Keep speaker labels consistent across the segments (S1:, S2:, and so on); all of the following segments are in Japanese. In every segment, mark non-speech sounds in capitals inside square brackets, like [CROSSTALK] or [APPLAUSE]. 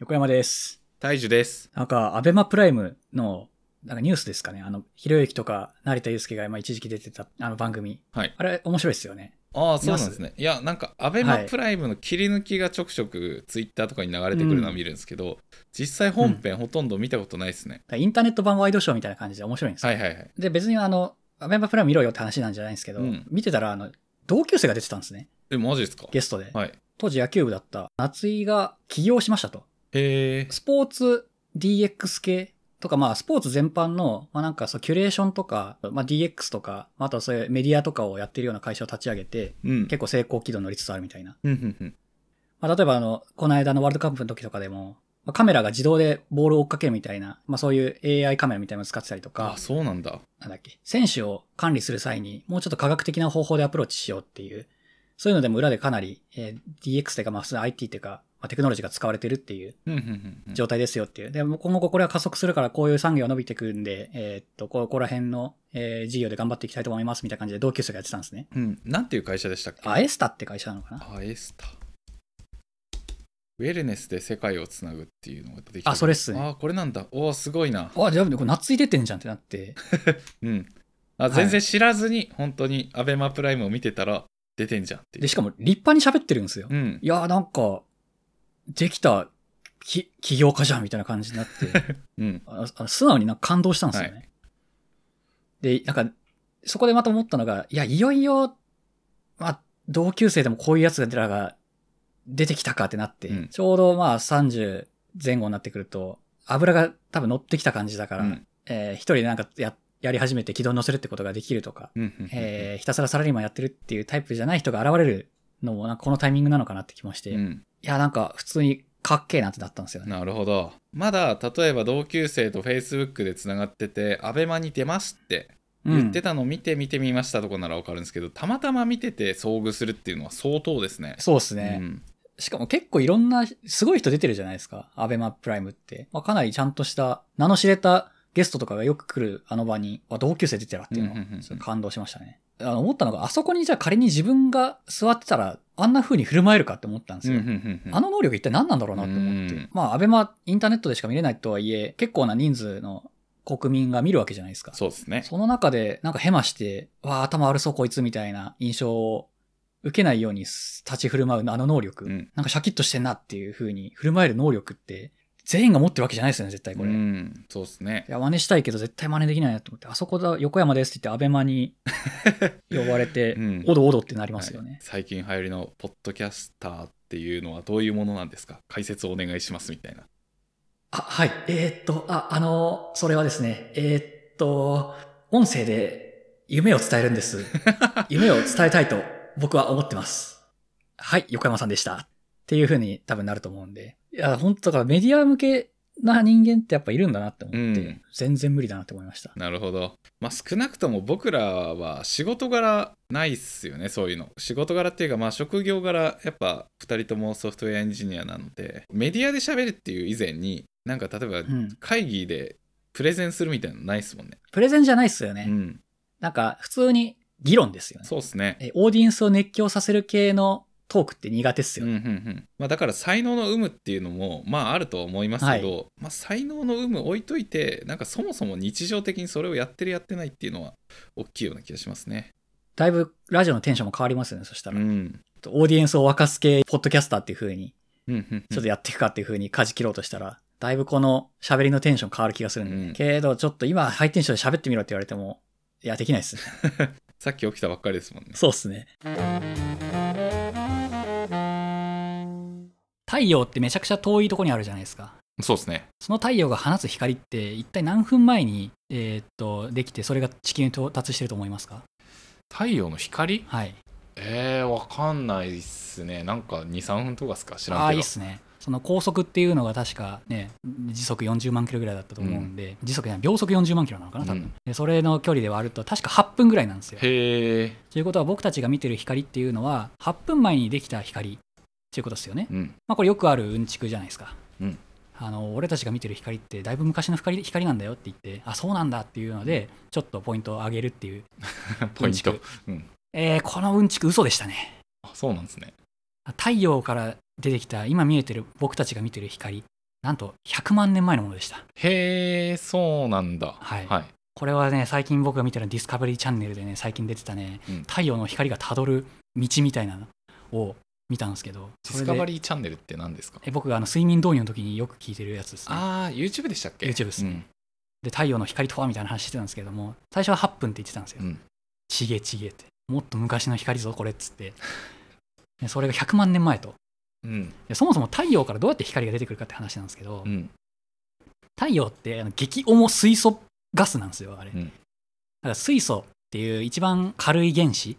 S1: 横山です。
S2: 大樹です。
S1: なんか、アベマプライムの、なんかニュースですかね。あの、ひろゆきとか成田悠介が今一時期出てたあの番組。
S2: はい。
S1: あれ、面白いですよね。
S2: ああ、そうなんですね。いや、なんか、アベマ
S1: はい
S2: プライムの切り抜きがちょくちょくツイッターとかに流れてくるのは見るんですけど、実際本編ほとんど見たことないですね
S1: だ。からインターネット版ワイドショーみたいな感じで面白いんですよ。
S2: はいはいはい。
S1: で、別にあの、アベマプライム見ろよって話なんじゃないんですけど、
S2: うん
S1: 見てたら、あの、同級生が出てたんですね。
S2: え、マジですか
S1: ゲストで。
S2: はい。
S1: 当時野球部だった夏井が起業しましたと。
S2: へえ。
S1: スポーツ DX 系とか、まあ、スポーツ全般の、まあなんかそう、キュレーションとか、まあ DX とか、まああとはそういうメディアとかをやってるような会社を立ち上げて、
S2: うん。
S1: 結構成功軌道に乗りつつあるみたいな。
S2: うんうんうん
S1: まあ、例えばあの、この間のワールドカップの時とかでも、まあカメラが自動でボールを追っかけるみたいな、まあそういう AI カメラみたいなのを使ってたりと
S2: あ
S1: か、
S2: そうなんだ。
S1: なんだっけ、選手を管理する際にもうちょっと科学的な方法でアプローチしようっていう、そういうのでも裏でかなり、えー DX というか、まあ普通の IT というか、まあ、テクノロジーが使われてるっていう
S2: うんうんうんうん
S1: 状態ですよっていう。で、もう今後これは加速するからこういう産業が伸びてくるんで、えーっと、ここら辺の、えー事業で頑張っていきたいと思いますみたいな感じで同級生がやってたんですね。
S2: うん。なんていう会社でしたっけ
S1: あ、エスタって会社なのかな
S2: あエスタ。ウェルネスで世界をつなぐっていうのが出てきた。
S1: あ、それっすね。
S2: ああ、これなんだ。おお、すごいな。
S1: あ、じゃあ、これ夏井出てんじゃんってなって。
S2: うん。あ
S1: い
S2: 全然知らずに、本当にアベマプライムを見てたら出てんじゃんっていう。
S1: で、しかも立派に喋ってるんですよ。
S2: うん
S1: い。やーなんか、できた、き、起業家じゃんみたいな感じにな
S2: [LAUGHS]
S1: って、
S2: うん。
S1: あのあの素直になんか感動したんですよね。
S2: は
S1: で、なんか、そこでまた思ったのが、いや、いよいよ、まあ、同級生でもこういう奴らが出てきたかってなって、
S2: うん
S1: ちょうどまあ30前後になってくると、油が多分乗ってきた感じだから、
S2: うん
S1: えー一人でなんかや、やり始めて軌道に乗せるってことができるとか、
S2: うんうん
S1: えーひたすらサラリーマンやってるっていうタイプじゃない人が現れるのも、なんかこのタイミングなのかなって気もして、
S2: う
S1: い
S2: ん、
S1: や、なんか普通にかっけえなってなったんですよね。
S2: なるほどまだ例えば同級生と Facebook でつながってて「アベマに出ます」って言って
S1: た、
S2: たのを見て見てみましたとこならわかるんですけどたまたま見てて遭遇するっていうのは相当ですね。
S1: そうですね、
S2: うん
S1: しかも結構いろんな、すごい人出てるじゃないですか。アベマプライムって。まあ、かなりちゃんとした、名の知れたゲストとかがよく来るあの場に、あ同級生出てたっていうの
S2: うんうんうんう
S1: は、
S2: ん
S1: すごい感動しましたね。あの思ったのが、あそこにじゃあ仮に自分が座ってたら、あんな風に振る舞えるかって思ったんです
S2: うん
S1: よ。
S2: うんうんうん
S1: あの能力一体何なんだろうなと思っ
S2: う
S1: て
S2: ん。
S1: まあ、アベマインターネットでしか見れないとはいえ、結構な人数の国民が見るわけじゃないですか。
S2: そうですね。
S1: その中で、なんかヘマして、わあ、頭悪そうこいつみたいな印象を受けないようにす立ち振る舞うあの能力、
S2: うん
S1: なんかシャキッとしてんなっていう風に振る舞える能力って、全員が持ってるわけじゃないですよね、絶対こ
S2: う
S1: れ。い
S2: んそうですね。
S1: や、真似したいけど絶対真似できないなと思って、あそこだ、横山ですって言って、アベマに呼ばれて、
S2: うん
S1: おどおどってなりますよ
S2: はい
S1: ね。
S2: 最近流行りのポッドキャスターっていうのはどういうものなんですか解説をお願いしますみたいな。
S1: あ、はい。えーっと、あ、あの、それはですね、えーっと、音声で夢を伝えるん
S2: [LAUGHS]
S1: です。夢を伝えたいと僕は思ってます。はい、横山さんでした。っていう風に多分なると思うんで。いや、本当だからメディア向けな人間ってやっぱいるんだなって思って、
S2: うん
S1: 全然無理だなって思いました。
S2: なるほど。まあ少なくとも僕らは仕事柄ないっすよね、そういうの。仕事柄っていうか、まあ職業柄、やっぱ2人ともソフトウェアエンジニアなので、メディアで喋るっていう以前に、なんか例えば
S1: うん。
S2: 会議でプレゼンするみたいなのないっすもんね。
S1: プレゼンじゃないっすよね。
S2: うん。
S1: なんか、普通に議論ですよね。
S2: そうっすね。
S1: えオーディエンスを熱狂させる系のトークって苦手っす
S2: う
S1: よ
S2: ん
S1: ね。
S2: うんうんまあ、だから才能の有無っていうのもまああるとは思いますけど、まあ、才能の有無置いといてなんかそもそも日常的にそれをやってるやってないっていうのは大きいような気がしますね。
S1: だいぶラジオのテンションも変わりますよね、そした
S2: う
S1: ら。
S2: ん、
S1: オーディエンスを沸かす系、ポッドキャスターっていう風に、
S2: うんうん
S1: ちょっとやっていくかっていう風に舵切ろうとしたら、だいぶこの喋りのテンション変わる気がするんで、ね
S2: うん
S1: けど、ちょっと今ハイテンションで喋ってみろって言われても、いや、できないっすね。
S2: さっき起きたばっかりですもんね。
S1: [LAUGHS] そうっすね。太陽ってめちゃくちゃ遠いとこにあるじゃないですか。
S2: そうですね。
S1: その太陽が放つ光って一体何分前に、えーっと、できて、それが地球に到達してると思いますか
S2: 太陽の光
S1: はい。
S2: えー、わかんないっすね。なんか2、3分とかっすか知らんけど。
S1: ああーいいっすねその高速っていうのが確かね時速40万キロぐらいだったと思うんで、時速じゃない秒速40万キロなのかな多分、
S2: うん
S1: でそれの距離で割ると確か8分ぐらいなんですよ
S2: へえ。
S1: ということは僕たちが見てる光っていうのは8分前にできた光っていうことですよね、
S2: [LAUGHS] うん。
S1: まあ、これよくあるうんちくじゃないですか、
S2: うん
S1: あの俺たちが見てる光ってだいぶ昔の光光なんだよって言ってあそうなんだっていうのでちょっとポイントを上げるっていう
S2: ポイン
S1: う
S2: ト
S1: んち。
S2: うん。
S1: えーこのうんちく嘘でしたね
S2: あそうなんですね。
S1: 太陽から出てきた今見えてる僕たちが見てる光なんと100万年前のものでした。
S2: へえそうなんだ
S1: はい
S2: はい、
S1: これはね、最近僕が見てるディスカバリーチャンネルでね、最近出てたね、
S2: うん
S1: 太陽の光がたどる道みたいなのを見たんですけど、
S2: ディスカバ
S1: ー
S2: リーチャンネルって何ですか
S1: え僕があの睡眠導入の時によく聞いてるやつですね。
S2: ああ YouTube でしたっけ
S1: YouTube ですねで太陽の光とはみたいな話してたんですけども最初は8分って言ってたんですよ、
S2: うん
S1: ちげちげってもっと昔の光ぞこれっつってでそれが100万年前と
S2: うん
S1: でそもそも太陽からどうやって光が出てくるかって話なんですけど、
S2: うん、うん
S1: 太陽ってあの激重水素ガスなんですよあれ、
S2: うん
S1: だから水素っていう一番軽い原子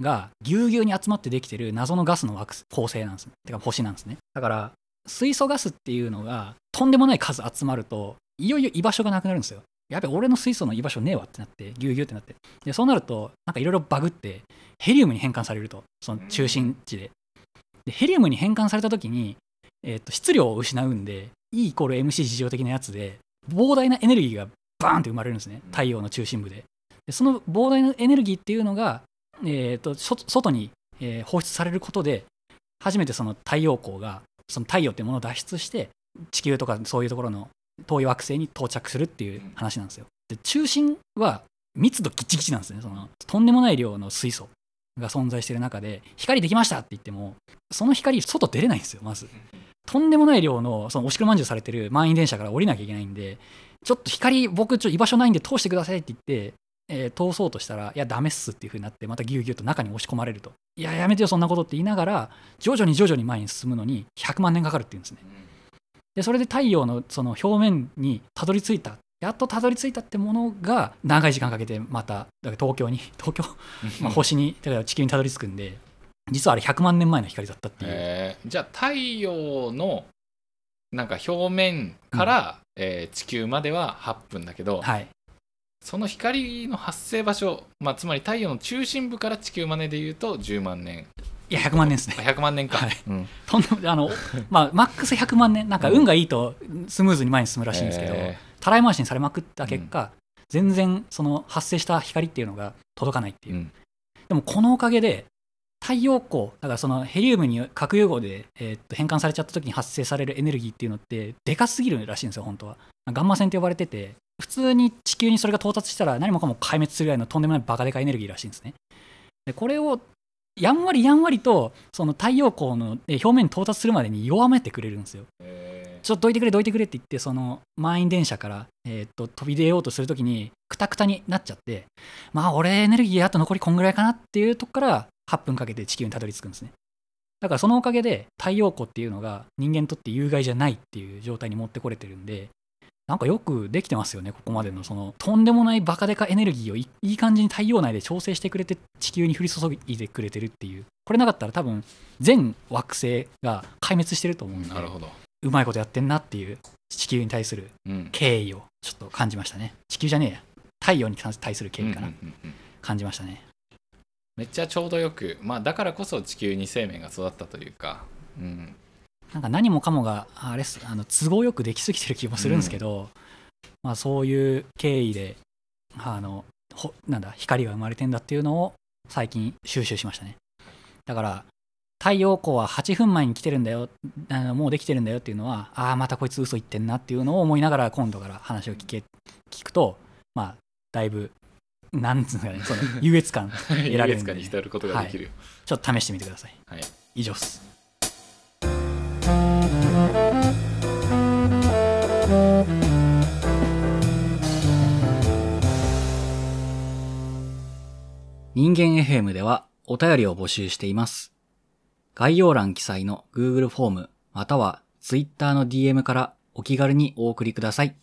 S1: がぎゅうぎゅうに集まってできてる謎のガスの惑星構成なんですねてか星なんですねだから水素ガスっていうのがとんでもない数集まるといよいよ居場所がなくなるんですよやべ俺の水素の居場所ねえわってなってぎゅうぎゅうってなってでそうなるとなんかいろいろバグってヘリウムに変換されるとその中心地ででヘリウムに変換された時に、えーと質量を失うんで E イコール MC 事情的なやつで膨大なエネルギーがバーンって生まれるんですね太陽の中心部ででその膨大なエネルギーっていうのが、えーとそ外に、えー放出されることで初めてその太陽光がその太陽っていうものを脱出して地球とかそういうところの遠い惑星に到着するっていう話なんですよで中心は密度ギチギチなんですねそのとんでもない量の水素が存在してる中で光できましたって言ってもその光外出れないんですよまずとんでもない量のそのおしくまんじゅうされてる満員電車から降りなきゃいけないんでちょっと光僕ちょっと居場所ないんで通してくださいって言って、えー通そうとしたらいやダメっすっていう風になってまたぎゅうぎゅうと中に押し込まれるといややめてよそんなことって言いながら徐々に徐々に前に進むのに100万年かかるっていうんですねでそれで太陽のその表面にたどり着いたやっとたどり着いたってものが長い時間かけてまただから東京に [LAUGHS] 東京、まあ、星にだから地球にたどり着くんで実はあれ100万年前の光だったっていう
S2: えーじゃあ太陽のなんか表面から、えー地球までは8分だけど、
S1: はい
S2: その光の発生場所、まあ、つまり太陽の中心部から地球までで言うと10万年
S1: いや100万年です
S2: あ
S1: ね
S2: [LAUGHS] 100万年
S1: [LAUGHS]
S2: か、
S1: はい
S2: うん
S1: とんでもあの、まあ、マックス100万年、なんか運がいいとスムーズに前に進むらしいんですけど、
S2: え
S1: たらい回しにされまくった結果、全然その発生した光っていうのが届かないって
S2: ー
S1: いう、
S2: うん
S1: でもこのおかげで、太陽光、だからそのヘリウムに核融合で、えーっと変換されちゃった時に発生されるエネルギーっていうのって、でかすぎるらしいんですよ、本当は。ガンマ線って呼ばれてて、普通に地球にそれが到達したら、何もかも壊滅するぐらいのとんでもないバカでかいエネルギーらしいんですね。でこれをやんわりやんわりとその太陽光のえー表面に到達するまでに弱めてくれるんですよ。
S2: え
S1: ちょっとどいてくれどいてくれって言ってその満員電車から、えーっと飛び出ようとするときにクタクタになっちゃってまあ俺エネルギーあと残りこんぐらいかなっていうとこから8分かけて地球にたどり着くんですね。だからそのおかげで太陽光っていうのが人間にとって有害じゃないっていう状態に持ってこれてるんでなんかよくできてますよねここまでのそのとんでもないバカデカエネルギーをいいい感じに太陽内で調整してくれて地球に降り注いでくれてるっていうこれなかったら多分全惑星が壊滅してると思うんで
S2: ーなるほど、
S1: うまいことやってんなっていう地球に対する
S2: うん
S1: 敬意をちょっと感じましたね地球じゃねえや太陽に対する敬意かな、
S2: うんうんうんうん
S1: 感じましたね
S2: めっちゃちょうどよく、まあ、だからこそ地球に生命が育ったというか、うん、
S1: なんか何もかもがあれっすあの都合よくできすぎてる気もするんですけど、まあそういう経緯であのほなんだ光が生まれてんだっていうのを最近収集しましたねだから太陽光は8分前に来てるんだよあのもうできてるんだよっていうのはああまたこいつ嘘言ってんなっていうのを思いながら今度から話を聞け聞くとまあだいぶなんつうんですかねその優越感
S2: 得
S1: ら
S2: [LAUGHS]
S1: れるんでね
S2: に浸ることができるよ、
S1: ちょっと試してみてください
S2: はい
S1: 以上っす人間 FM ではお便りを募集しています。概要欄記載の Google フォームまたは Twitter の DM からお気軽にお送りください。